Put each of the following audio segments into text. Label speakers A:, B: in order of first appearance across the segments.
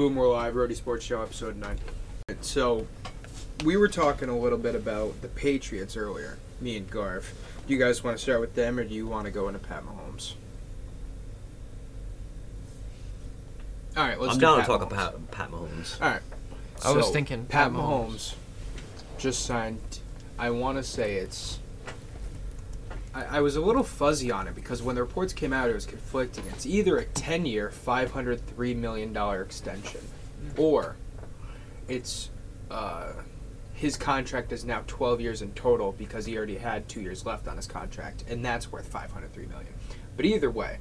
A: Roadie Sports Show, episode 9. So, we were talking a little bit about the Patriots earlier, me and Garv. Do you guys want to start with them, or do you want to go into Pat Mahomes? All right, let's
B: I'm
A: do
B: down to
A: Pat
B: talk
A: Mahomes.
B: about Pat Mahomes.
A: All right.
C: I was
A: So,
C: thinking Pat
A: Pat
C: Mahomes.
A: Mahomes just signed. I want to say it's. I, I was a little fuzzy on it because when the reports came out, it was conflicting. It's either a 10 year, $503 million extension, or it's. Uh, his contract is now 12 years in total because he already had two years left on his contract, and that's worth 503 million. But either way,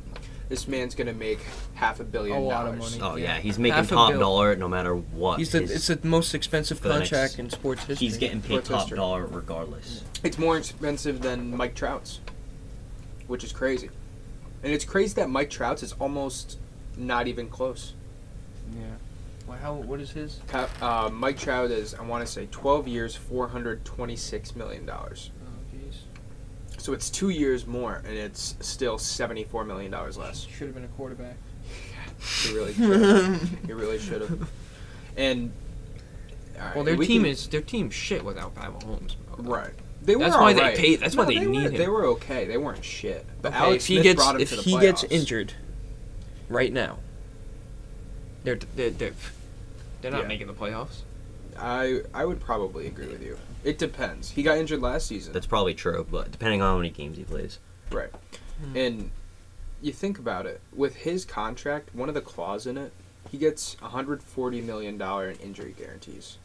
A: this man's going to make half a billion
D: A lot of
A: dollars.
D: money.
B: Oh yeah,
D: Yeah.
B: he's making
D: Half a
B: top
D: bill.
B: dollar no matter what.
D: He's the,
B: his-
D: it's the most expensive
B: for the next-
D: contract in sports history.
B: he's getting paid
A: Sports
B: top
A: history.
B: dollar regardless.
A: It's more expensive than Mike Trout's, which is crazy. And it's crazy that Mike Trout's is almost not even close.
D: Yeah. Well, how, what is his?
A: Pa- Uh, Mike Trout is, I want to say, 12 years, $426 million.
D: Oh, jeez.
A: So it's two years more, and it's still $74 million less.
D: Should have been a quarterback.
A: You really should. you really should have. And. all right,
C: Well, their
A: we
C: team
A: can-
C: is their team's shit without Pat Mahomes. bro.
A: Right. They were
C: That's why
A: all
C: they
A: right.
C: paid- that's why they
A: were-
C: need him.
A: They were okay. They weren't shit. But
D: Okay,
A: Alex
D: if he
A: Smith
D: gets
A: brought him
D: if
A: to the
D: he gets
A: playoffs.
D: injured right now,
C: They're they're they're, they're not
A: Yeah.
C: making the playoffs.
A: I I would probably agree with you. It depends. He got injured last season,
B: That's probably true, but depending on how many games he plays.
A: right? And you think about it with his contract, one of the clause in it, he gets 140 million dollar in injury guarantees.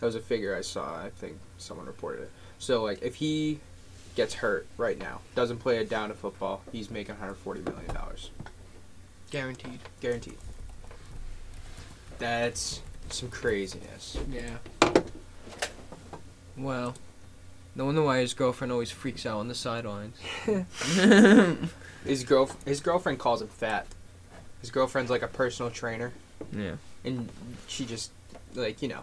A: That was a figure I saw. I think someone reported it. So like, if he gets hurt right now, doesn't play a down of football, he's making 140 million dollars
D: guaranteed.
A: guaranteed. That's some craziness.
D: Yeah. Well, no wonder why his girlfriend always freaks out on the sidelines.
A: His girl, his girlfriend calls him fat. His girlfriend's like a personal trainer,
D: Yeah.
A: and she just like you know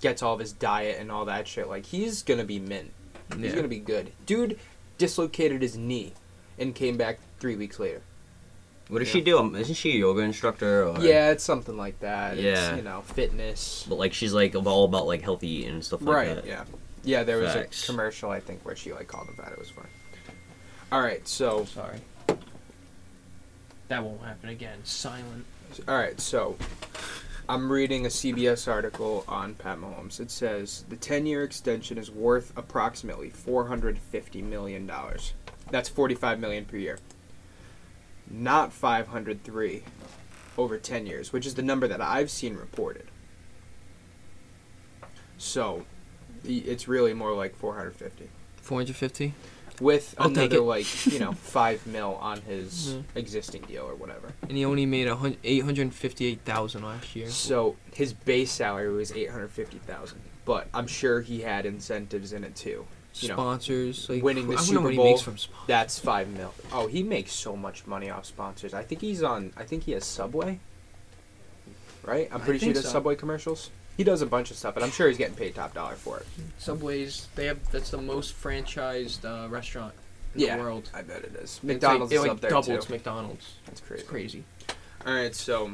A: gets all of his diet and all that shit. Like he's gonna be mint. He's
D: Yeah.
A: gonna be good. Dude dislocated his knee and came back three weeks later.
B: What does
A: Yeah.
B: she do? Um, Isn't she a yoga instructor? Or,
A: Yeah, it's something like that.
B: Oh, Yeah.
A: it's, you know, fitness.
B: But like she's like all about like healthy eating and stuff like
A: right.
B: that.
A: Yeah. Yeah. There was
B: Facts.
A: a commercial I think where she like called him fat. It was fun. All right. So
D: Sorry. That won't happen again. Silent.
A: All right, so I'm reading a CBS article on Pat Mahomes. It says the 10-year extension is worth approximately 450 million dollars. That's 45 million per year. Not 503 over 10 years, which is the number that I've seen reported. So i- it's really more like 450
D: Four hundred fifty.
A: with
C: I'll take
A: another
C: it. Mm-hmm.
A: like, you know, 5 mil on his
D: Yeah.
A: existing deal or whatever.
C: And he only made a hun- 858,000 last year.
A: So his base salary was eight hundred fifty thousand, but I'm sure he had incentives in it too. You know,
C: Sponsors, like
A: winning the
C: I wonder
A: Super
C: what he
A: Bowl.
C: makes from sponsors.
A: That's five mil. Oh, he makes so much money off sponsors. I think he's on. I think he has Subway. Right, I'm
D: I
A: pretty sure he
D: think
A: does
D: so.
A: Subway commercials. He does a bunch of stuff, and I'm sure he's getting paid top dollar for it.
D: Subways. They have that's the most franchised uh, restaurant in
A: Yeah.
D: the world.
A: I bet it is.
D: It's like-
A: McDonald's
D: it
A: is
D: like
A: up there
D: doubled
A: too.
D: McDonald's.
A: That's
D: It's
A: crazy.
D: crazy.
A: All right, so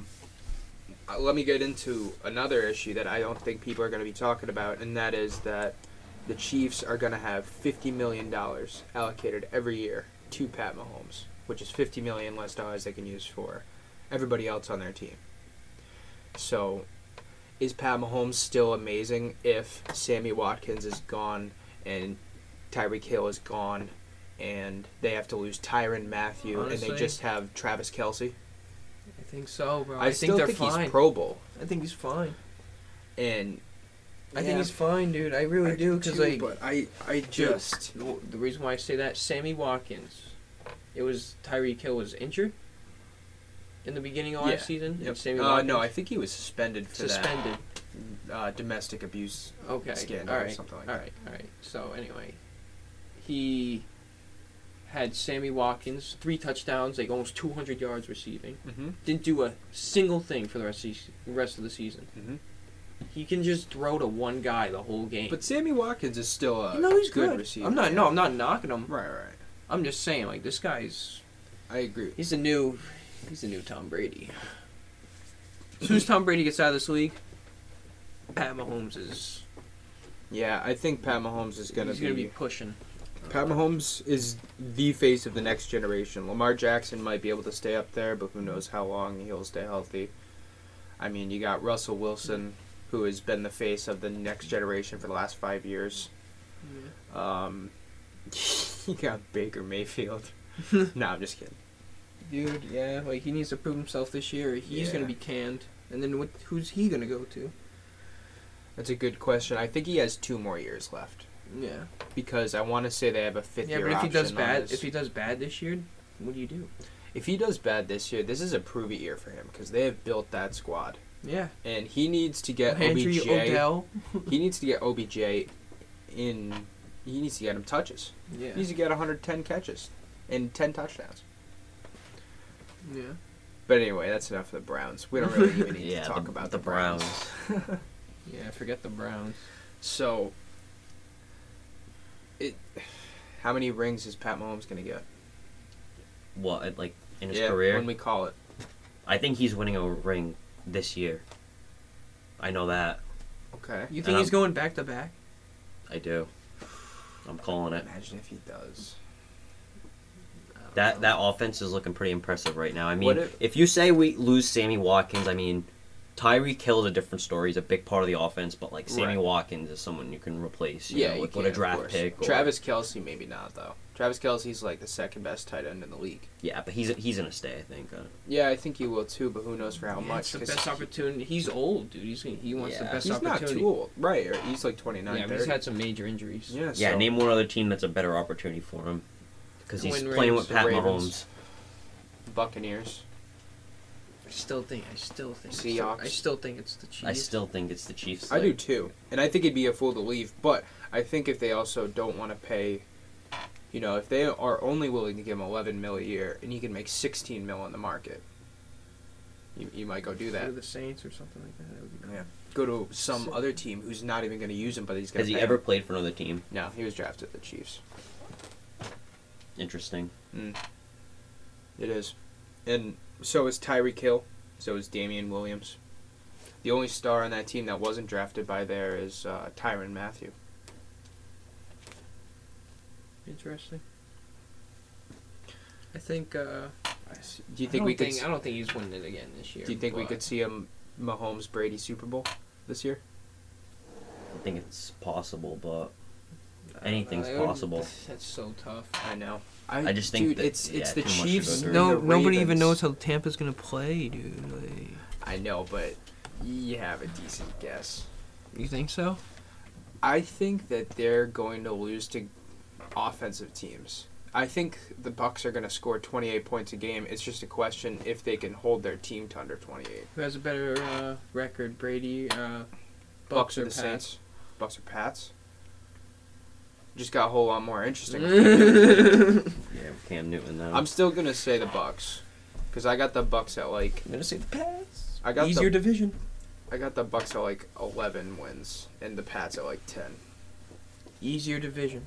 A: uh, let me get into another issue that I don't think people are going to be talking about, and that is that the Chiefs are going to have fifty million dollars allocated every year to Pat Mahomes, which is fifty million less dollars they can use for everybody else on their team. So, is Pat Mahomes still amazing if Sammy Watkins is gone and Tyreek Hill is gone? And they have to lose Tyron Matthew, and
D: Honestly-
A: they just have Travis Kelsey.
D: I think so, bro.
A: I,
D: I,
A: still
D: think they're
A: think
D: fine.
A: he's Pro Bowl,
D: I think he's fine.
A: and
D: I think he's fine, dude. I really do, because like
A: but I, I just
D: just the reason why I say that, Sammy Watkins, it was Tyreek Hill was injured in the beginning of last season. and Sammy
A: Uh,
D: Watkins
A: no, I think he was suspended for
D: suspended.
A: that uh, domestic abuse.
D: Okay,
A: Scandal or
D: all right,
A: something like
D: all right, all right. So anyway, he had Sammy Watkins three touchdowns, like almost 200 yards receiving.
A: Mm-hmm.
D: Didn't do a single thing for the rest of the, rest of the season.
A: Mhm.
D: He can just throw to one guy the whole game.
A: But Sammy Watkins is still a
D: no, he's good.
A: receiver.
D: I'm not. No, I'm not knocking him.
A: Right, right.
D: I'm just saying, like this guy's
A: I agree.
D: he's a new he's a new Tom Brady. As soon as Tom Brady gets out of this league, Pat Mahomes is
A: Yeah, I think Pat Mahomes is gonna,
D: he's gonna
A: be,
D: be pushing.
A: Pat Mahomes is the face of the next generation. Lamar Jackson might be able to stay up there, but who knows how long he'll stay healthy. I mean, you got Russell Wilson, who has been the face of the next generation for the last five years. Um, you got Baker Mayfield. no, I'm just kidding.
D: Dude, yeah, like he needs to prove himself this year. or He's
A: Yeah.
D: gonna be canned, and then what, who's he gonna go to?
A: That's a good question. I think he has two more years left
D: Yeah,
A: because I want to say they have a fifth
D: yeah.
A: year
D: But if he does
A: option on
D: bad,
A: his-
D: if he does bad this year, what do you do?
A: if he does bad this year, this is a prove it year for him because they have built that squad.
D: Yeah,
A: and he needs to get
D: Landry,
A: OBJ.
D: Odell.
A: He needs to get OBJ in. He needs to get him touches.
D: Yeah,
A: He needs to get 110 catches and 10 touchdowns.
D: yeah.
A: But anyway, that's enough of the Browns. We don't really even need
B: Yeah,
A: to talk
B: the-
A: about
B: the
A: the,
B: Browns.
D: Yeah, forget the Browns.
A: So, it. How many rings is Pat Mahomes gonna get?
B: What like in his career?
A: when we call it.
B: I think he's winning a ring this year. I know that.
A: Okay.
D: You
B: And
D: think he's
B: I'm-
D: going back to back?
B: I do. I'm calling it.
A: Imagine if he does.
B: That that offense is looking pretty impressive right now. I mean,
A: What
B: if,
A: if-
B: you say we lose Sammy Watkins, I mean, Tyree Kill is a different story. He's a big part of the offense, but like Sammy
A: Right.
B: Watkins is someone you can replace. You
A: yeah,
B: know,
A: you
B: with,
A: can,
B: with a
A: of
B: draft
A: course.
B: pick. Or,
A: Travis Kelsey, maybe not though. Travis Kelsey's like the second best tight end in the league.
B: Yeah, but he's he's gonna stay. I think. Uh,
A: Yeah, I think he will too, but who knows for how
D: Yeah,
A: much?
D: It's the
A: 'cause
D: best
A: he-
D: opportunity. He's old, dude. He's, he wants the
B: Yeah.
D: best
A: He's not
D: opportunity.
A: too old, right? Or he's like 29,
D: Yeah, but
A: 30.
D: he's had some major injuries.
A: yeah,
B: yeah,
A: so-
B: name one other team that's a better opportunity for him. Because he's
D: Win
B: playing
D: rings,
B: with Pat
A: Ravens.
B: Mahomes.
A: Buccaneers.
D: I still think. I still think. it's the-
A: Seahawks.
D: I still think it's the Chiefs.
B: I still think it's the Chiefs.
A: I do
B: like-
A: too, and I think it'd be a fool to leave. But I think if they also don't want to pay, you know, if they are only willing to give him 11 mil a year, and he can make 16 mil on the market, you, you might go do
D: Go
A: that.
D: to the Saints or something like that. that would be
A: Yeah. Go to some other team who's not even going to use him, but he's going
B: Has
A: to.
B: he ever played for another team?
A: No, he was drafted to the Chiefs.
B: Interesting.
A: Mm. It is. And so is Tyreek Hill. So is Damian Williams. The only star on that team that wasn't drafted by there is uh, Tyron Matthew.
D: Interesting. I think. Uh, I s-
A: Do you
D: I
A: think
D: don't
A: we could? s-
D: I don't think he's winning it again this year.
A: do you think we
D: but-
A: could see a M- Mahomes Brady Super Bowl this year?
B: I think it's possible, but
D: I don't know,
B: anything's
D: that would-
B: possible.
D: That's so tough.
A: I know. I,
B: just think
A: dude,
B: that-
A: it's it's
B: yeah,
A: the
B: too much to go
A: Chiefs.
B: through.
A: and
D: No,
A: the
D: nobody even
A: Ravens.
D: knows how Tampa's gonna play, dude. Like,
A: I know, but you have a decent guess.
D: you think so?
A: I think that they're going to lose to offensive teams. I think the Bucks are going to score 28 points a game. It's just a question if they can hold their team to under 28.
D: Who has a better uh, record, Brady? Uh,
A: Bucks,
D: Bucks
A: or
D: or
A: the
D: Pats?
A: Saints? Bucks or Pats? Just got a whole lot more interesting.
D: I'm
B: Yeah, Cam Newton though.
A: I'm still going to say the Bucks because I got the Bucks at like
D: gonna say the Pats.
A: I got the-
D: easier division.
A: I got the Bucks at like 11 wins and the Pats at like 10.
D: Easier division.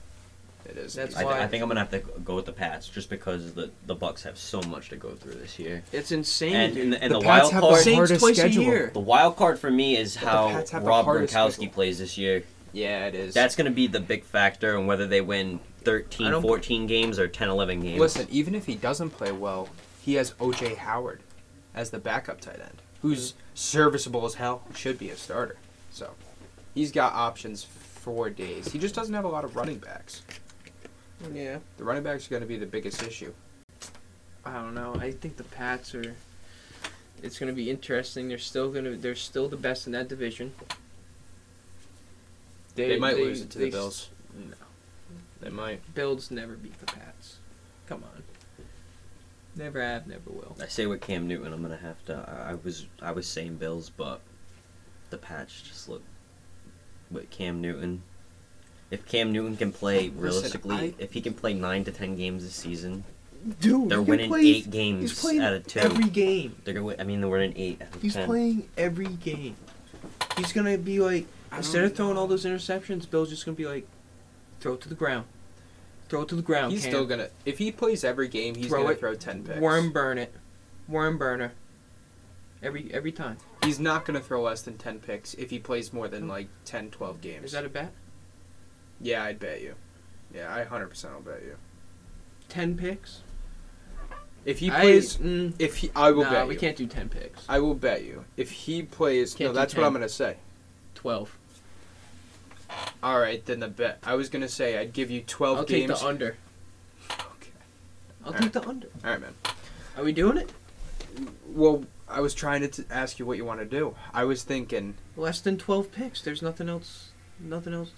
A: It is.
D: That's
B: I, th-
D: why-
B: I think I'm gonna have to go with the Pats just because the the Bucks have so much to go through this year.
D: It's insane,
B: And-
D: dude.
B: and the- and the
D: Pats
B: wild
D: have
B: card-
D: Saints
A: hardest
D: twice
A: schedule.
D: a year.
B: The wild card for me is
A: the
B: how
A: Pats have the
B: Rob
A: hardest
B: Gronkowski
A: schedule.
B: plays this year.
A: yeah, it is.
B: That's gonna be the big factor in whether they win
D: I
B: 13,
D: don't-
B: 14 games or 10, 11 games.
A: Listen, even if he doesn't play well, he has OJ Howard as the backup tight end, who's serviceable as hell, should be a starter. So he's got options for days. He just doesn't have a lot of running backs.
D: Yeah.
A: The running backs are going to be the biggest issue.
D: I don't know. I think the Pats are. It's gonna be interesting. They're still gonna. They're still the best in that division.
A: They, might lose it to
D: they
A: the
D: s-
A: Bills.
D: No,
A: They might.
D: Bills never beat the Pats. Come on. Never have, never will.
B: I say with Cam Newton, I'm gonna have to. I, I was I was saying Bills, but the Pats just look with Cam Newton. If Cam Newton can play realistically,
A: I-
B: if he can play nine to ten games this season,
D: Dude,
B: they're winning eight games out of two.
D: game.
B: They're gonna. Win, I mean, they're winning eight out of ten.
D: playing every game. He's gonna be like
A: I
D: instead
A: don't
D: of throwing all
A: know.
D: those interceptions, Bill's just gonna be like, throw it to the ground, throw it to the ground.
A: He's
D: Cam.
A: still going to. If he plays every game, he's
D: Throw
A: going to
D: it.
A: throw 10 picks.
D: worm burn it, worm burner. Every every time.
A: He's not going to throw less than 10 picks if he plays more than like 10, 12 games.
D: Is that a bet?
A: yeah, I'd bet you. Yeah, I 100% will bet you.
D: Ten picks?
A: If he
D: I-
A: plays,
D: mm,
A: if he, I will
D: nah,
A: bet
D: we
A: you.
D: can't do ten picks.
A: I will bet you. If he plays,
D: Can't
A: no,
D: do
A: that's what
D: 10.
A: I'm going to say.
D: Twelve.
A: All right, then the bet. I was going to say I'd give you 12
D: I'll
A: games.
D: take the under.
A: okay.
D: I'll
A: Alright.
D: take the under.
A: All right, man.
D: Are we doing it?
A: Well, I was trying to t- ask you what you want to do. I was thinking,
D: Less than twelve picks. There's nothing else. Nothing else.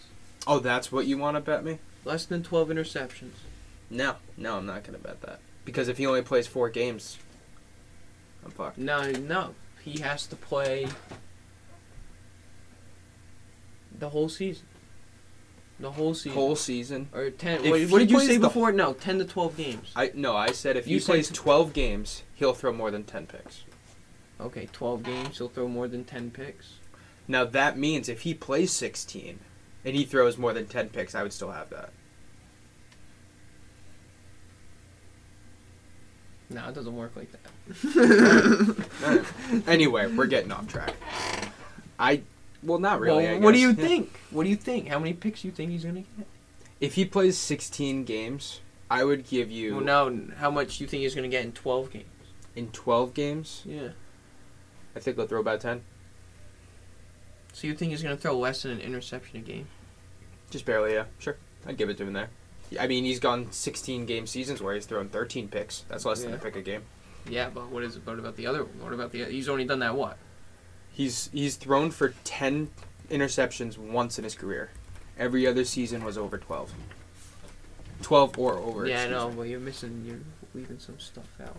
A: oh, that's what you want to bet me?
D: Less than twelve interceptions.
A: No, no, I'm not going to bet that. Because if he only plays four games, I'm fucked.
D: No, no. He has to play the whole season. The whole season.
A: Whole season.
D: or ten.
A: If
D: What, what
A: he
D: did you
A: plays
D: say
A: the-
D: before? No, ten to twelve games.
A: I no, I said if
D: You
A: he
D: said
A: plays
D: t-
A: 12 games, he'll throw more than 10 picks.
D: Okay, twelve games. He'll throw more than ten picks.
A: Now that means if he plays 16 and he throws more than 10 picks, I would still have that.
D: No, it doesn't work like that.
A: All right. anyway, we're getting off track. I well, not really. I
D: well, what do
A: guess.
D: you
A: Yeah.
D: think? What do you think? How many picks you think he's gonna get?
A: If he plays 16 games, I would give you
D: Well, no. How much you think he's gonna get in twelve games?
A: in 12 games.
D: Yeah.
A: I think they'll throw about 10,
D: So you think he's gonna throw less than an interception a game?
A: just barely. Yeah, sure. I'd give it to him there. I mean, he's gone 16 game seasons where he's thrown 13 picks. That's less than
D: Yeah.
A: a pick a game.
D: Yeah, but what is? What about the other one? What about the? He's only done that what?
A: He's he's thrown for 10 interceptions once in his career. Every other season was over 12. 12 or over.
D: yeah, I
A: excuse
D: know.
A: me.
D: Well, you're missing. You're leaving some stuff out.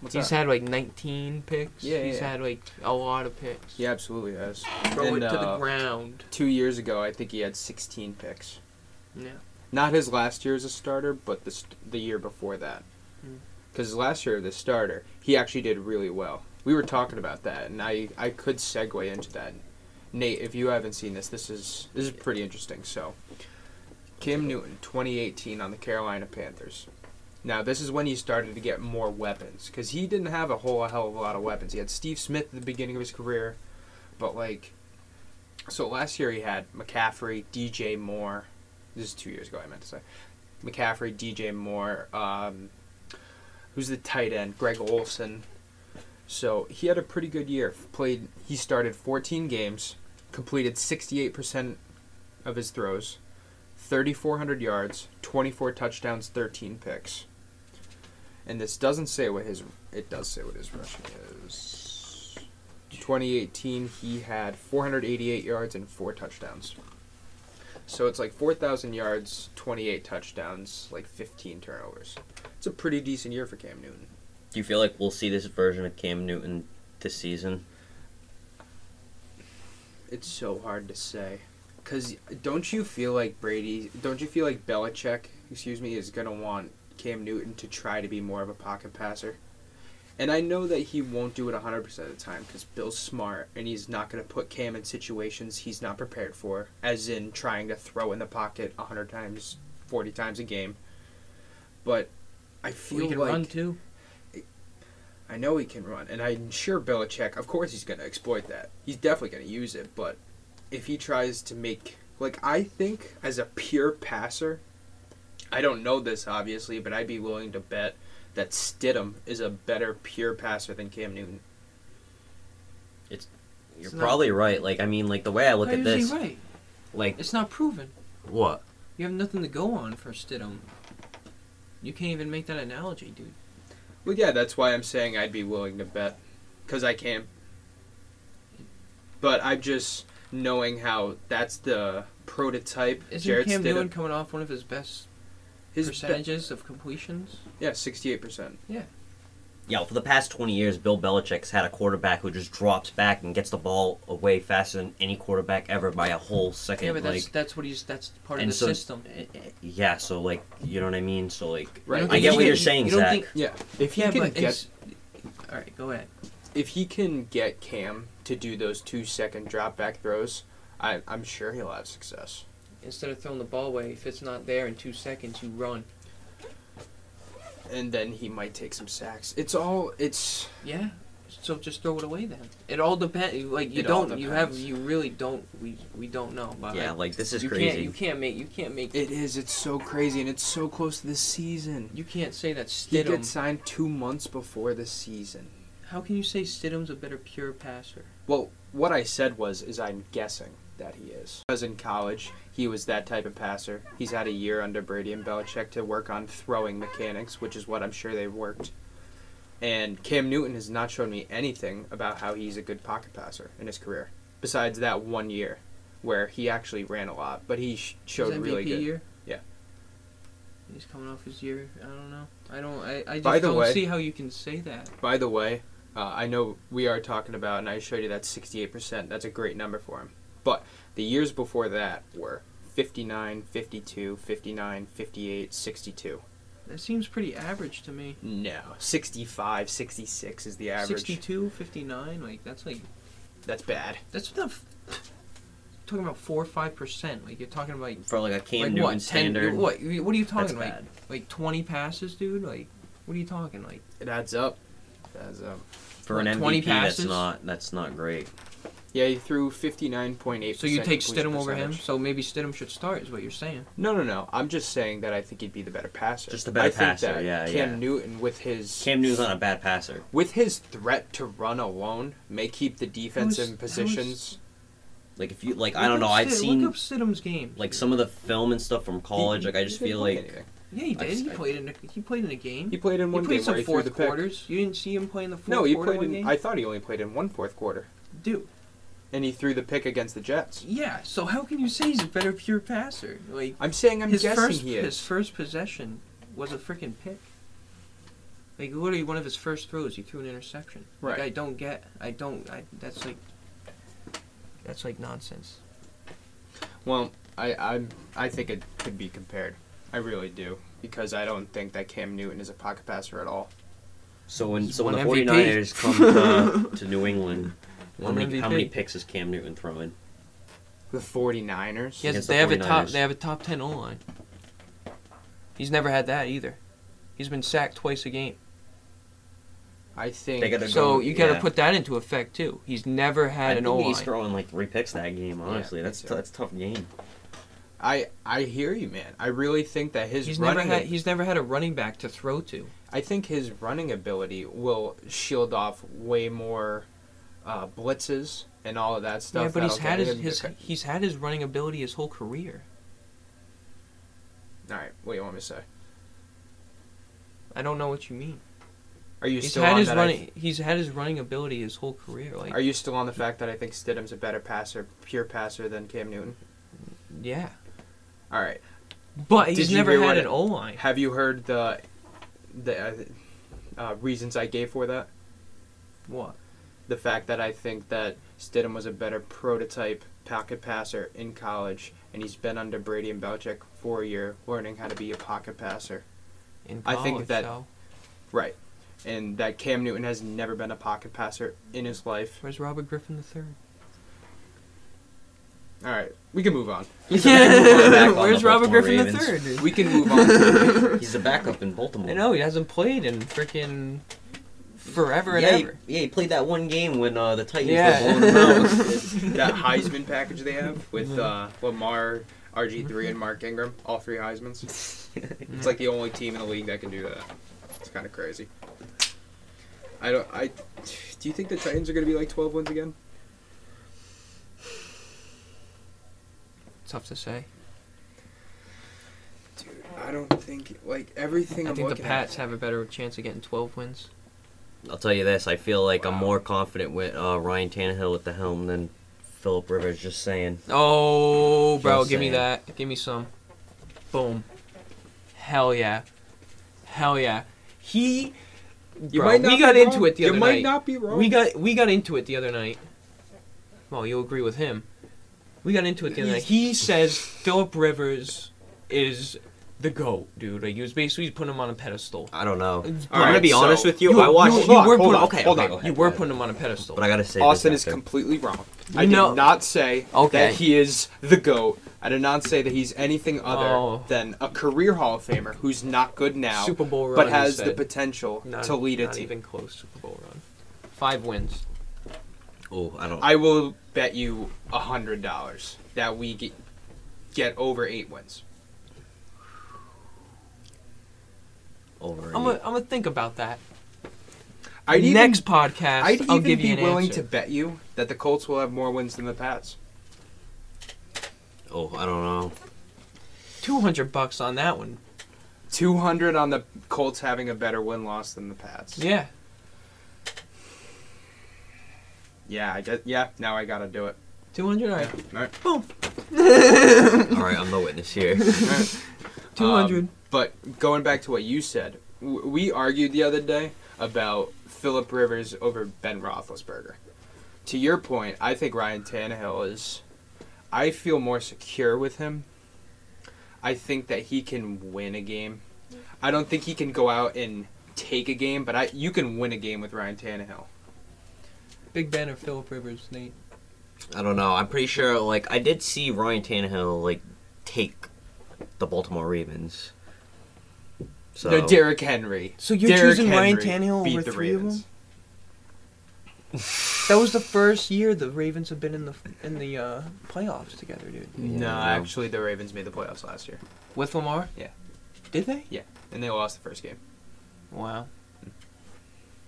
A: What's
C: he's
A: that?
C: had like 19 picks.
A: Yeah, yeah,
C: He's
A: yeah.
C: had like a lot of picks.
A: Yeah, absolutely has.
D: Throw
A: And,
D: it to the
A: uh,
D: ground.
A: Two years ago, I think he had 16 picks.
D: Yeah.
A: Not his last year as a starter, but the st- the year before that.
D: Mm.
A: Because last year as a starter, he actually did really well. We were talking about that, and I I could segue into that. Nate, if you haven't seen this, this is this is pretty interesting. So, Cam Newton, 2018, on the Carolina Panthers. Now this is when he started to get more weapons because he didn't have a whole hell of a lot of weapons. He had Steve Smith at the beginning of his career, but like, so last year he had McCaffrey, DJ Moore. This is two years ago. I meant to say McCaffrey, DJ Moore. Um, who's the tight end? Greg Olson. So he had a pretty good year. Played. He started 14 games, completed 68% of his throws, 3,400 yards, 24 touchdowns, 13 picks. And this doesn't say what his. It does say what his rushing is. 2018, he had 488 yards and four touchdowns. So it's like 4,000 yards, 28 touchdowns, like 15 turnovers. It's a pretty decent year for Cam Newton.
B: Do you feel like we'll see this version of Cam Newton this season?
A: It's so hard to say. Cause don't you feel like Brady? Don't you feel like Belichick? Excuse me, is gonna want Cam Newton to try to be more of a pocket passer? And I know that he won't do it 100% of the time because Bill's smart and he's not going to put Cam in situations he's not prepared for, as in trying to throw in the pocket 100 times, 40 times a game. But I feel
D: We can
A: like.
D: run too.
A: I know he can run, and I'm sure Belichick. Of course, he's going to exploit that. He's definitely going to use it. But if he tries to make, like, I think as a pure passer, I don't know this obviously, but I'd be willing to bet that Stidham is a better pure passer than Cam Newton.
B: You're
D: It's not-
B: probably right. Like, I mean, like the way I look
D: How
B: at
D: is he
B: this,
D: right?
B: like
D: It's not proven.
B: what?
D: You have nothing to go on for Stidham. You can't even make that analogy, dude.
A: Well, yeah, that's why I'm saying I'd be willing to bet because I can. But I'm just knowing how that's the prototype.
D: Isn't Cam Newton coming off one of his best
A: his percentage?
D: percentages of completions?
A: yeah, sixty-eight percent.
B: Yeah, for the past 20 years, Bill Belichick's had a quarterback who just drops back and gets the ball away faster than any quarterback ever by a whole second.
D: Yeah, but that's
B: like,
D: that's what he's that's part of
B: and
D: the
B: so- eh,
D: system.
B: yeah, so like, you know what I mean? So like,
A: Right.
D: don't
B: I
D: think
B: get
D: he
B: what
D: can-
B: you're saying,
D: you don't
B: Zach.
D: think-
A: Yeah, if he
D: yeah,
A: can
D: but
A: get
D: it's- all right, go ahead.
A: if he can get Cam to do those two second drop back throws, I, I'm sure he'll have success.
D: Instead of throwing the ball away, if it's not there in two seconds, you run.
A: And then he might take some sacks. It's all it's
D: Yeah, So just throw it away then. It all depends. Like you
A: It all
D: don't. You have.
A: depends.
D: You really don't. We we don't know. But
B: yeah,
D: like,
B: like this is
D: you
B: crazy.
D: Can't, you can't make. You can't make.
A: It is. It's so crazy, and it's so close to the season.
D: you can't say that
A: He
D: Stidham.
A: gets signed two months before the season.
D: How can you say Stidham's a better pure passer?
A: Well, what I said was, is I'm guessing that he is. Because in college, he was that type of passer. He's had a year under Brady and Belichick to work on throwing mechanics, which is what I'm sure they worked. And Cam Newton has not shown me anything about how he's a good pocket passer in his career, besides that one year where he actually ran a lot, but he sh- showed
D: his MVP
A: really good.
D: year.
A: Yeah.
D: He's coming off his year. I don't know. I don't. I. I just
A: By the
D: don't
A: way-
D: see how you can say that.
A: By the way, uh, I know we are talking about, and I showed you that 68%. That's a great number for him. But the years before that were 59, 52, 59, 58, 62.
D: That seems pretty average to me.
A: No, 65, 66 is the average.
D: 62, 59, like that's like
A: That's bad.
D: that's not talking about four or five percent. Like you're talking about like
B: For like a Cam
D: like
B: Newton
D: what ten?
B: standard,
D: What what are you
B: that's
D: talking like
B: bad.
D: like twenty passes, dude? Like what are you talking like?
A: It adds up. It adds up.
B: For
D: what,
B: an
D: 20
B: MVP, that's
D: passes?
B: not that's not great.
A: Yeah, he threw 59.8%.
D: So you take
A: completion
D: Stidham over him?
A: percentage.
D: So maybe Stidham should start, is what you're saying?
A: No, no, no. I'm just saying that I think he'd be the better passer.
B: Just a better
A: I think
B: passer,
A: that
B: yeah,
A: Cam
B: yeah.
A: Newton with his
B: Cam Newton's not a bad passer.
A: with his threat to run alone may keep the defense
D: How is-
A: in
D: how is-
A: positions.
B: Like if you like,
D: Look
B: I don't know.
D: up
B: I've
D: Stid-
B: seen
D: look up Stidham's game.
B: like some of the film and stuff from college. Like I just
A: He didn't
B: feel
A: play
B: like
A: anything.
D: yeah, he
B: I
D: did. He
B: just-
D: played in a, he played in a game.
A: he played in
D: He
A: one
D: played
A: game where
D: some
A: he threw the
D: fourth
A: pick.
D: quarters. You didn't see him play in the fourth
A: No, he
D: quarter
A: played
D: one
A: in.
D: game?
A: I thought he only played in one fourth quarter,
D: Dude,
A: and he threw the pick against the Jets.
D: yeah. So how can you say he's a better pure passer? Like
A: I'm saying I'm
D: his
A: guessing
D: first
A: he
D: his
A: is.
D: first possession was a freaking pick. Like literally one of his first throws, he threw an interception. Like,
A: Right.
D: I don't get. I don't. I, that's like. That's like nonsense.
A: Well, I I'm, I think it could be compared. I really do because I don't think that Cam Newton is a pocket passer at all.
B: so when so when the
D: One
B: 49ers come uh, to, to New England, how
D: One
B: many, how many
D: MVP.
B: picks is Cam Newton throwing?
A: The 49ers.
D: He has-
B: Against the
D: they have a top.
B: 49ers.
D: They have a top ten O line. He's never had that either. He's been sacked twice a game.
A: I think.
B: They gotta- They're
D: So
B: going-
D: you got to
B: yeah.
D: put that into effect too. He's never
B: I
D: had an
B: think
D: O
B: he's
D: line.
B: throwing like three picks that game. Honestly,
A: me
B: that's
A: too.
B: t- that's a tough game.
A: I I hear you, man. I really think that his
D: He's never
A: running.
D: had. He's never had a running back to throw to.
A: I think his running ability will shield off way more uh, blitzes and all of that stuff.
D: yeah, but he's
A: that'll
D: had
A: get
D: his,
A: him
D: his
A: to-
D: he's had his running ability his whole career.
A: All right, what do you want me to say?
D: I don't know what you mean.
A: Are you
D: He's
A: still
D: had
A: on
D: his
A: that? I-
D: running. He's had his running ability his whole career. Like,
A: are you still on the fact that I think Stidham's a better passer, pure passer than Cam Newton?
D: yeah,
A: All right.
D: but
A: Did
D: he's
A: you
D: never
A: hear
D: had
A: what-
D: an O line.
A: Have you heard the the uh, uh, reasons I gave for that?
D: What?
A: The fact that I think that Stidham was a better prototype pocket passer in college, and he's been under Brady and Belichick for a year, learning how to be a pocket passer.
D: In
A: I
D: college,
A: think that-
D: So.
A: Right. And that Cam Newton has never been a pocket passer in his life.
D: Where's Robert Griffin III?
A: All right, we can move on.
B: back on the
D: Where's Robert
B: Baltimore
D: Griffin
B: Ravens.
D: III? dude?
A: We can move on. to-
B: He's a backup in Baltimore.
D: I know he hasn't played in freaking forever and
B: Yeah, he,
D: ever.
B: yeah, he played that one game when uh, the Titans
D: Yeah.
B: were blowing them out.
A: Um, that Heisman package they have with uh,
D: Mm-hmm.
A: Lamar, RG3, and Mark Ingram, all three Heismans. It's like the only team in the league that can do that. It's kind of crazy. I don't. I do you think the Titans are going to be like 12 wins again?
D: Tough to say.
A: Dude, I don't think like everything.
D: I
A: I'm
D: think the
A: looking
D: Pats have a better chance of getting 12 wins.
B: I'll tell you this: I feel like I'm
A: Wow.
B: more confident with uh, Ryan Tannehill at the helm than Philip Rivers. Just saying,
D: Oh, bro,
B: Just
D: give me
B: saying.
D: that. Give me some. Boom. Hell yeah. Hell yeah. He.
A: You
D: bro,
A: might not
D: we got
A: be
D: into
A: wrong.
D: it the
A: You
D: other
A: might
D: night.
A: not be wrong.
D: We got we got into it the other night. Well, you'll agree with him. We got into it the other night. He says Philip Rivers is the goat, dude. Like he was basically putting him on a pedestal.
B: I don't know.
D: It's
B: I'm gonna
A: Alright,
B: be
A: so-
B: honest with you.
D: were-
B: I watched.
D: You,
B: Hold
D: you
B: on,
D: were
B: hold
D: putting,
B: on,
D: okay,
B: hold on,
D: okay.
B: go ahead,
D: You
B: go
D: were
B: ahead.
D: putting him on a pedestal.
B: But I gotta say,
A: Austin is
B: this after.
A: completely wrong.
D: You
A: I
D: know-
A: did not say
D: Okay.
A: that he is the GOAT. I did not say that he's anything other
D: Oh.
A: than a career Hall of Famer who's not good now,
D: Super Bowl run.
A: but
D: you
A: has the
D: said.
A: potential
D: Not-
A: to lead a
D: not
A: team.
D: even close Super Bowl run. Five wins.
B: Oh, I don't.
A: I will bet you a hundred dollars that we get, get over eight wins.
B: over.
D: I'm gonna I'm gonna think about that.
A: I'd even-
D: Next podcast,
A: I'd
D: I'll
A: even
D: give
A: be
D: you an
A: willing
D: answer.
A: to bet you that the Colts will have more wins than the Pats.
B: Oh, I don't know.
D: Two hundred bucks on that one.
A: Two hundred on the Colts having a better win loss than the Pats.
D: Yeah.
A: Yeah, I guess, yeah. Now I gotta do it.
D: Two hundred, alright.
A: Alright.
D: Boom.
B: All right, I'm the witness here.
D: Two hundred.
A: Um, but going back to what you said, w- we argued the other day about Philip Rivers over Ben Roethlisberger. To your point, I think Ryan Tannehill is. I feel more secure with him. I think that he can win a game. I don't think he can go out and take a game, but I you can win a game with Ryan Tannehill.
D: Big Ben or Philip Rivers, Nate.
B: I don't know. I'm pretty sure. Like, I did see Ryan Tannehill like take the Baltimore Ravens. So
A: No, Derrick Henry.
D: So you're
A: Derrick
D: choosing Ryan
A: Henry
D: Tannehill
A: beat
D: over
A: the
D: three of
A: Ravens.
D: them? That was the first year the Ravens have been in the in the uh, playoffs together, dude.
A: No,
B: Yeah.
A: actually, the Ravens made the playoffs last year,
D: With Lamar?
A: Yeah.
D: Did they?
A: and they lost the first game.
D: Wow.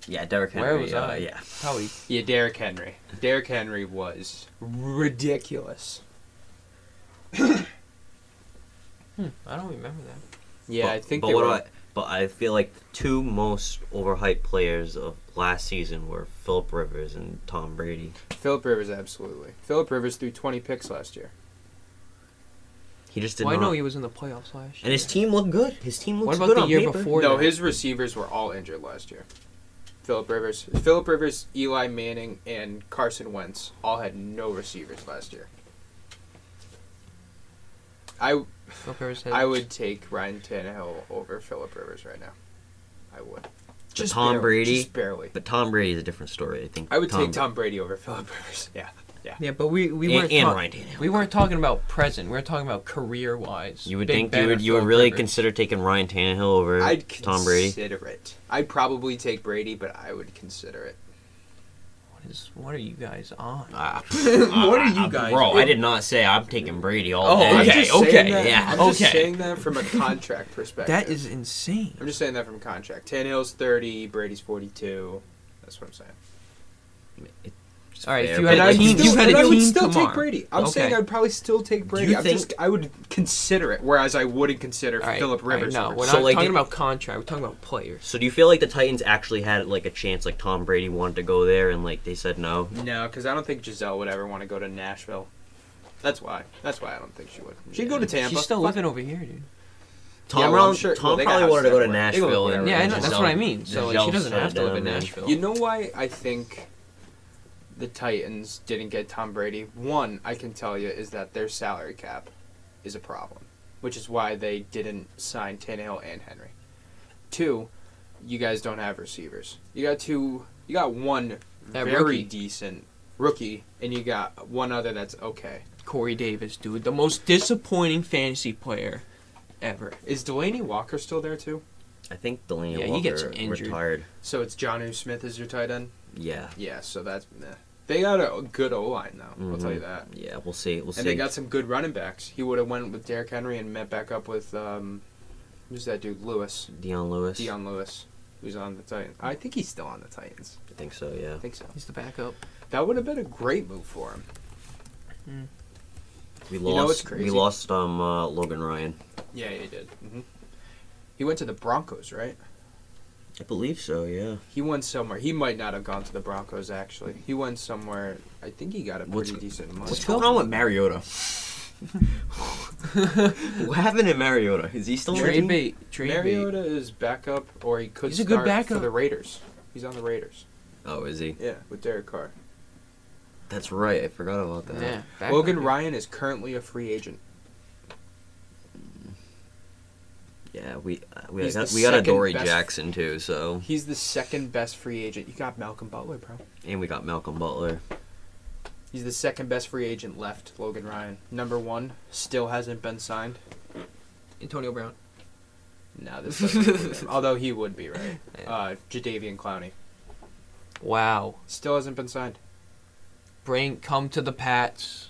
B: yeah, Derrick Henry.
D: Where was
B: uh,
D: I?
B: Yeah.
D: Probably.
A: Yeah, Derrick Henry. Derrick Henry was ridiculous.
D: I don't remember that.
A: Yeah,
B: but,
A: I think
B: But
A: they
B: what
A: were.
B: do I? But I feel like the two most overhyped players of last season were Philip Rivers and Tom Brady.
A: Philip Rivers, absolutely. Philip Rivers threw 20 picks last year.
B: He just did
D: Well, I
B: not.
D: know he was in the playoffs last year.
B: and his team looked good. His team
D: What
B: looks
D: about
B: good
D: the
B: on
D: year
B: paper.
D: before?
A: no,
D: that?
A: his receivers were all injured last year. Philip Rivers, Philip Rivers, Eli Manning, and Carson Wentz all had no receivers last year. I
D: Philip Rivers had-
A: I would take Ryan Tannehill over Philip Rivers right now. I would. Just
B: Tom
A: barely-
B: Brady?
A: just barely.
B: But Tom Brady is a different story. I think.
A: I would take Tom Brady over Philip Rivers. Yeah.
D: Yeah, but we we
B: And-
D: weren't
B: and
D: talk-
B: Ryan Tannehill.
D: We weren't talking about present. We were talking about career wise.
B: You would think you would you would really consider taking Ryan Tannehill over
A: I'd
B: Tom Brady.
A: consider it. I'd probably take Brady, but I would consider it.
D: What, is, what are you guys on?
B: Ah,
D: What are you
B: ah,
D: guys
B: Bro, I
D: doing?
B: did not say I'm taking Brady all
D: Oh,
B: day.
A: I'm
D: okay,
A: just saying that-
B: yeah,
A: I'm just
B: okay.
A: saying that from a contract perspective.
D: That is insane.
A: I'm just saying that from a contract. Tannehill's 30, Brady's 42. That's what I'm saying.
D: All right, if
B: Fair,
D: you
B: but
D: had a
B: like,
D: team-
B: still-
D: you had a
A: and I would
D: team
A: still
D: tomorrow.
A: take Brady. I'm
D: Okay.
A: saying I'd probably still take Brady.
B: you
A: I'm
B: think-
A: just, I would consider it, whereas I wouldn't consider
D: All right,
A: Philip
D: all right,
A: Rivers.
D: no,
A: over
D: we're
B: So,
D: not
B: like,
D: talking
B: it-
D: about contract. We're talking about players.
B: So do you feel like the Titans actually had like a chance? Like Tom Brady wanted to go there, and like they said no.
A: No, because I don't think Giselle would ever want to go to Nashville. That's why. That's why I don't think she would. She'd go to Tampa.
D: She's still
A: Fuck
D: living over here, dude.
B: Tom,
A: well, I'm
B: Brown-
A: sure- well,
B: Tom
A: they got
B: probably wanted to go to
A: houses everywhere. They go
B: Nashville. and
A: wherever.
D: Yeah, I
A: Yeah,
D: know, that's
B: Giselle-
D: what I mean. So like, she
B: Giselle
D: doesn't
B: shut
D: have to live
B: down,
D: in
B: man.
D: Nashville.
A: You know why I think the Titans didn't get Tom Brady? One, I can tell you, is that their salary cap is a problem, which is why they didn't sign Tannehill and Henry. Two, you guys don't have receivers. You got two. You got one
D: That
A: very
D: rookie.
A: decent rookie, and you got one other that's okay.
D: Corey Davis, dude, the most disappointing fantasy player ever.
A: Is Delaney Walker still there too?
B: I think Delaney
D: Yeah, he
B: Walker
D: gets injured.
B: retired.
A: So it's Johnu Smith is your tight end.
B: Yeah,
A: Yeah, so that's meh. they got a good O line though. I'll tell you
B: Mhm.
D: Mm-hmm.
A: that.
B: yeah. We'll see. We'll see.
A: And they got some good running backs. He would have went with Derrick Henry and met back up with um, who's that dude? Lewis,
B: Deion Lewis.
A: Dion Lewis, who's on the Titans. I think he's still on the Titans.
B: I think so. Yeah.
A: I think so.
D: He's the backup.
A: That would have been a great move for him.
B: We
A: know what's
B: lost.
A: crazy?
B: We lost um uh, Logan Ryan.
A: Yeah, he did. hmm He went to the Broncos, right?
B: I believe so. Yeah.
A: He went somewhere. He might not have gone to the Broncos actually. He went somewhere. I think he got a
B: What's-
A: pretty decent money.
B: What's going on with Mariota? what happened to Mariota? Is he still on the
D: Trade
B: team?
D: bait. Trade bait.
A: Mariota is backup, or he could
D: He's a good
A: start for
D: backup.
A: the Raiders. He's on the Raiders.
B: Oh, is he?
A: Yeah, with Derek Carr.
B: That's right. I forgot about that.
D: Yeah, backup.
A: Logan Ryan is currently a free agent.
B: Yeah, we uh, we
A: He's
B: got,
A: the
B: we got a
A: second
B: Dory
A: best-
B: Jackson too. So
A: He's the second best free agent. You got Malcolm Butler, bro.
B: and we got Malcolm Butler.
A: He's the second best free agent left, Logan Ryan. Number one, still hasn't been signed.
D: Antonio Brown.
A: No, this doesn't include him. although he would be right. Uh, Jadavian Clowney.
D: Wow.
A: Still hasn't been signed.
D: Bring come to the Pats.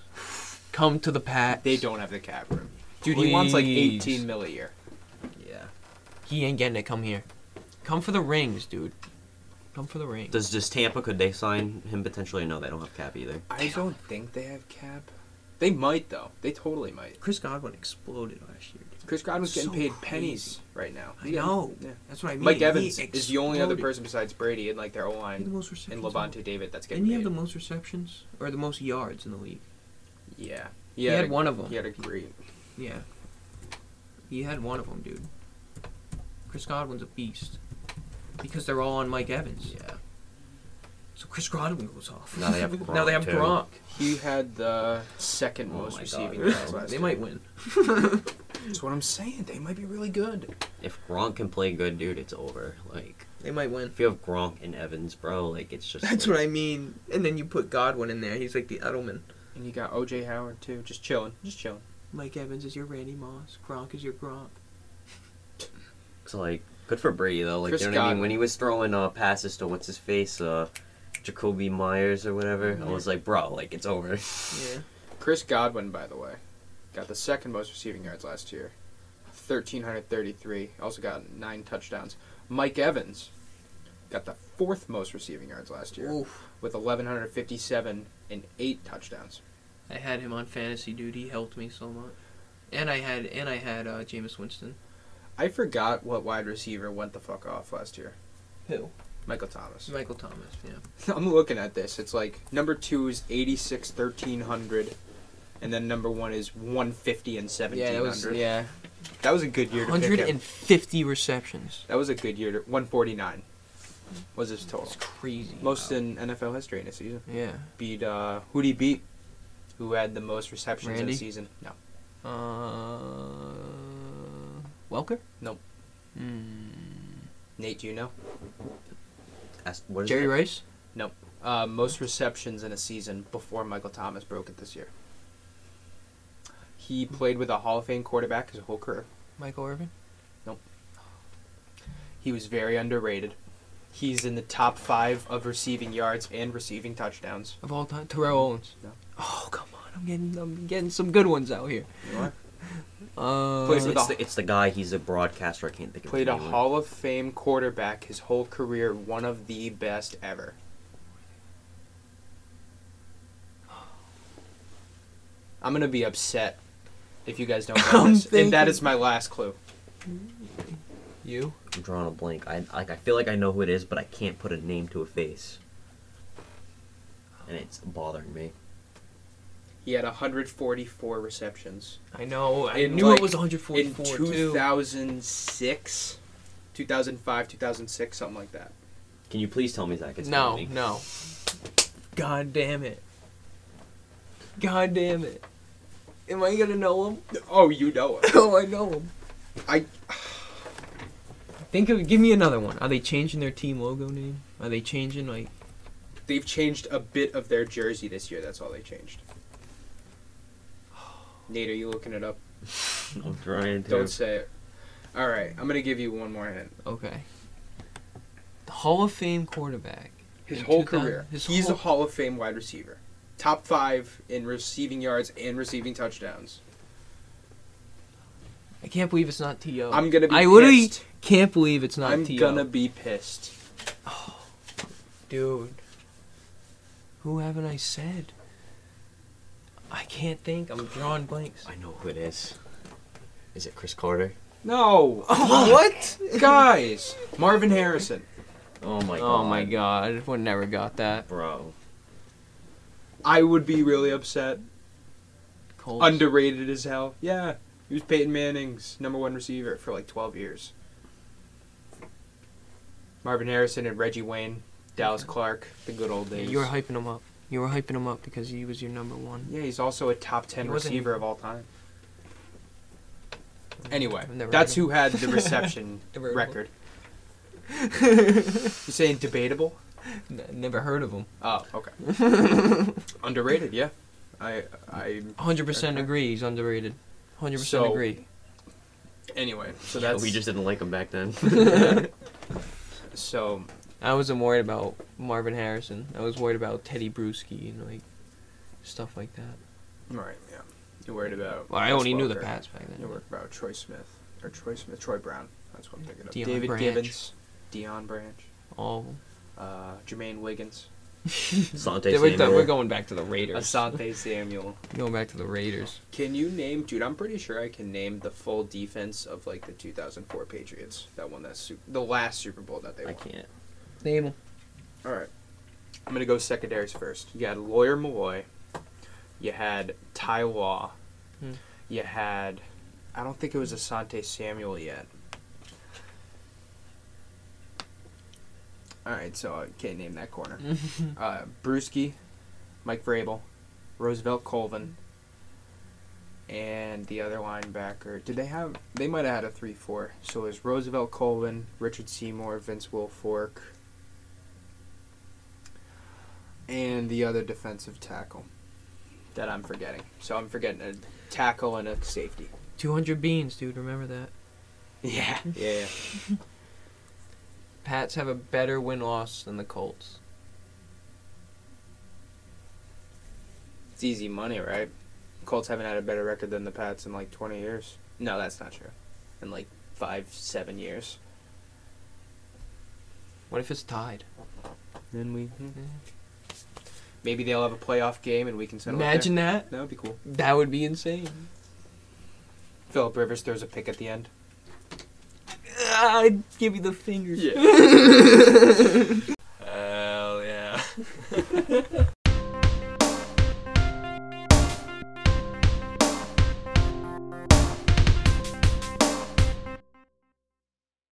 D: Come to the Pats.
A: They don't have the cap room. Dude, he wants like
D: Please.
A: 18 mil a year.
B: Yeah.
D: He ain't getting it. Come here. Come for the rings, dude. Come for the rings.
B: Does does Tampa could they sign him potentially? No, they don't have cap either.
A: I don't think they have cap. They might though. They totally might.
C: Chris Godwin exploded last year. dude.
A: Chris Godwin's getting
C: So
A: paid
C: crazy.
A: pennies right now.
C: I know.
A: Yeah.
C: That's what I mean.
A: Mike
C: He
A: Evans is the only other
C: exploded.
A: person besides Brady in like their O
C: He had the
A: line
C: most receptions.
A: and
C: in-
A: Levante David that's getting
C: Didn't he have
A: paid.
C: the most receptions or the most yards in the league?
A: yeah.
C: He had
A: a-
C: one of them.
A: He had a great.
C: Yeah. He had one of them, dude. Chris Godwin's a beast. Because they're all on Mike Evans.
B: Yeah.
C: So Chris Godwin goes off.
B: Now they have
C: now they have
B: Gronk, too.
C: Gronk.
A: He had the second
B: Oh
A: most
B: my
A: receiving
B: God.
A: yards last
C: They
A: year.
C: might win.
A: That's what I'm saying. They might be really good.
B: If Gronk can play good, dude, it's over. Like
C: They might win.
B: if you have Gronk and Evans, bro, like it's just.
C: That's
B: like,
C: what I mean. And then you put Godwin in there. He's like the Edelman.
A: And you got OJ Howard too, just chilling, just chilling.
C: Mike Evans is your Randy Moss. Gronk is your Gronk.
B: So like, good for Brady though. Like,
A: Chris
B: you know what I
A: Godwin.
B: mean? When he was throwing uh, passes to what's his face, uh, Jacoby Myers or whatever,
D: Mm-hmm.
B: I was like, bro, like it's over.
C: Yeah.
A: Chris Godwin, by the way, got the second most receiving yards last year, thirteen hundred thirty-three. Also got nine touchdowns. Mike Evans got the fourth most receiving yards last year
C: Oof.
A: with eleven hundred fifty-seven and eight touchdowns.
C: I had him on fantasy dude. He helped me so much. And I had and I had uh, Jameis Winston.
A: I forgot what wide receiver went the fuck off last year.
C: Who?
A: Michael Thomas.
C: Michael Thomas. Yeah.
A: I'm looking at this. It's like number two is 86, 1300, and then number one is 150 and 1700.
D: that was yeah.
A: That was a good year to pick him.
D: 150 receptions.
A: That was a good year. To, 149 was his total.
D: It's crazy.
A: Most in NFL history in a season.
D: Yeah.
A: Beat, uh, who'd he beat? Who had the most receptions in
D: Randy?
A: a season? No.
D: Uh, Welker?
A: Nope.
C: Hmm.
D: Mm.
A: Nate, do you know?
B: Ask- what is
D: Jerry
B: that?
D: Rice?
A: Uh, most receptions in a season before Michael Thomas broke it this year. He played with a Hall of Fame quarterback his whole career.
D: Michael Irvin?
A: He was very underrated. He's in the top five of receiving yards and receiving touchdowns.
D: Of all time? Terrell Owens?
A: No.
D: Oh, come on. I'm getting I'm getting some good ones out here. Uh,
A: Plays with
B: It's
A: the-
B: the, it's the guy. He's a broadcaster. I can't think of.
A: Played a
B: his name.
A: Hall of Fame quarterback his whole career, one of the best ever. I'm gonna be upset if you guys don't know
D: I'm
A: this, and that
D: thinking-
A: is my last clue.
D: you?
B: I'm drawing a blank. I like. I feel like I know who it is, but I can't put a name to a face, and it's bothering me.
A: He had 144 receptions
D: I know. I
A: In,
D: knew
A: like,
D: it was
A: in
D: 144 too.
A: 2006, 2005, 2006, something like that.
B: Can you please tell me Zach? It's
D: no,
B: bothering me.
D: no. God damn it. God damn it. Am I gonna know him?
A: Oh, you know it.
D: oh, I know him.
A: I-
D: think of. Give me another one. Are they changing their team logo name? Are they changing like?
A: They've changed a bit of their jersey this year. That's all they changed. Nate, are you looking it up?
B: I'm trying to.
A: Don't say it. All right, I'm gonna give you one more hint.
D: Okay. The Hall of Fame quarterback.
A: His
D: In
A: whole
D: 2000
A: career,
D: his
A: he's
D: whole-
A: a Hall of Fame wide receiver, top five in receiving yards and receiving touchdowns.
D: I can't believe it's not To.
A: I'm gonna be.
D: Oh. I literally
A: pissed.
D: can't believe it's not
A: I'm
D: To.
A: gonna be pissed.
D: Dude. Who haven't I said? I can't think. I'm drawing blanks.
B: I know who it is. Is it Chris Carter?
A: No,
D: what?
A: guys, Marvin Harrison.
B: Oh my
D: Oh my god. Would never got that.
B: bro.
A: I would be really upset.
D: Colts.
A: Underrated as hell. Yeah, he was Peyton Manning's number one receiver for like 12 years. Marvin Harrison and Reggie Wayne, Dallas Clark, the good old days.
D: You were hyping him up. You were hyping him up because he was your number one.
A: Yeah, he's also a top 10
D: He wasn't- Mm,
A: receiver of all time. Anyway,
D: I've never
A: that's
D: heard
A: who had the reception
D: Never heard of
A: record. You saying debatable?
D: N- never heard of him.
A: Oh, okay. Underrated, yeah. I I
D: 100%
A: Okay.
D: agree. He's underrated. 100%
A: So-
D: agree.
A: anyway, so
B: Yeah,
A: that's
B: we just didn't like him back then.
A: so
D: I wasn't worried about Marvin Harrison. I was worried about Teddy Bruschi and like stuff like that.
A: Right. Yeah. You're worried about.
D: Well, I
A: Wes
D: only knew the
A: Welker.
D: Pats back then.
A: You're worried about uh, Troy Smith or Troy Smith, Troy Brown. That's what I'm thinking of.
D: Deion
A: David
D: Branch.
A: Gibbons, Dion Branch,
D: All of them.
A: uh, Jermaine Wiggins,
B: Sante
D: We're, done- we're
B: Samuel.
D: going back to the Raiders.
A: Asante Samuel.
D: Going back to the Raiders.
A: Can you name, dude? I'm pretty sure I can name the full defense of like the 2004 Patriots that won that Super, the last Super Bowl that they
B: I
A: won.
B: can't.
D: Name 'em.
A: All right, I'm gonna go secondaries first. You had Lawyer Malloy, you had Ty Law,
D: Hmm.
A: you had, I don't think it was Asante Samuel yet. All right, so I can't name that
D: Hmm.
A: corner. uh, Brewski, Mike Vrabel, Roosevelt Colvin, and the other linebacker. Did they have? They might have had a three-four. So it was Roosevelt Colvin, Richard Seymour, Vince Wilfork, and the other defensive tackle that I'm forgetting. So I'm forgetting a tackle and a safety.
D: 200 beans, dude. Remember that.
A: Yeah, yeah.
D: Pats have a better win loss than the Colts.
A: It's easy money, right? Colts haven't had a better record than the Pats in like 20 years. No, that's not true. In like five, seven years.
D: What if it's tied?
A: Then we. hmm, Maybe they'll have a playoff game and we can settle. it there.
D: Imagine that.
A: That would be cool.
D: That would be insane.
A: Philip Rivers throws a pick at the end.
D: I'd give you the finger.
A: Yeah. Hell yeah.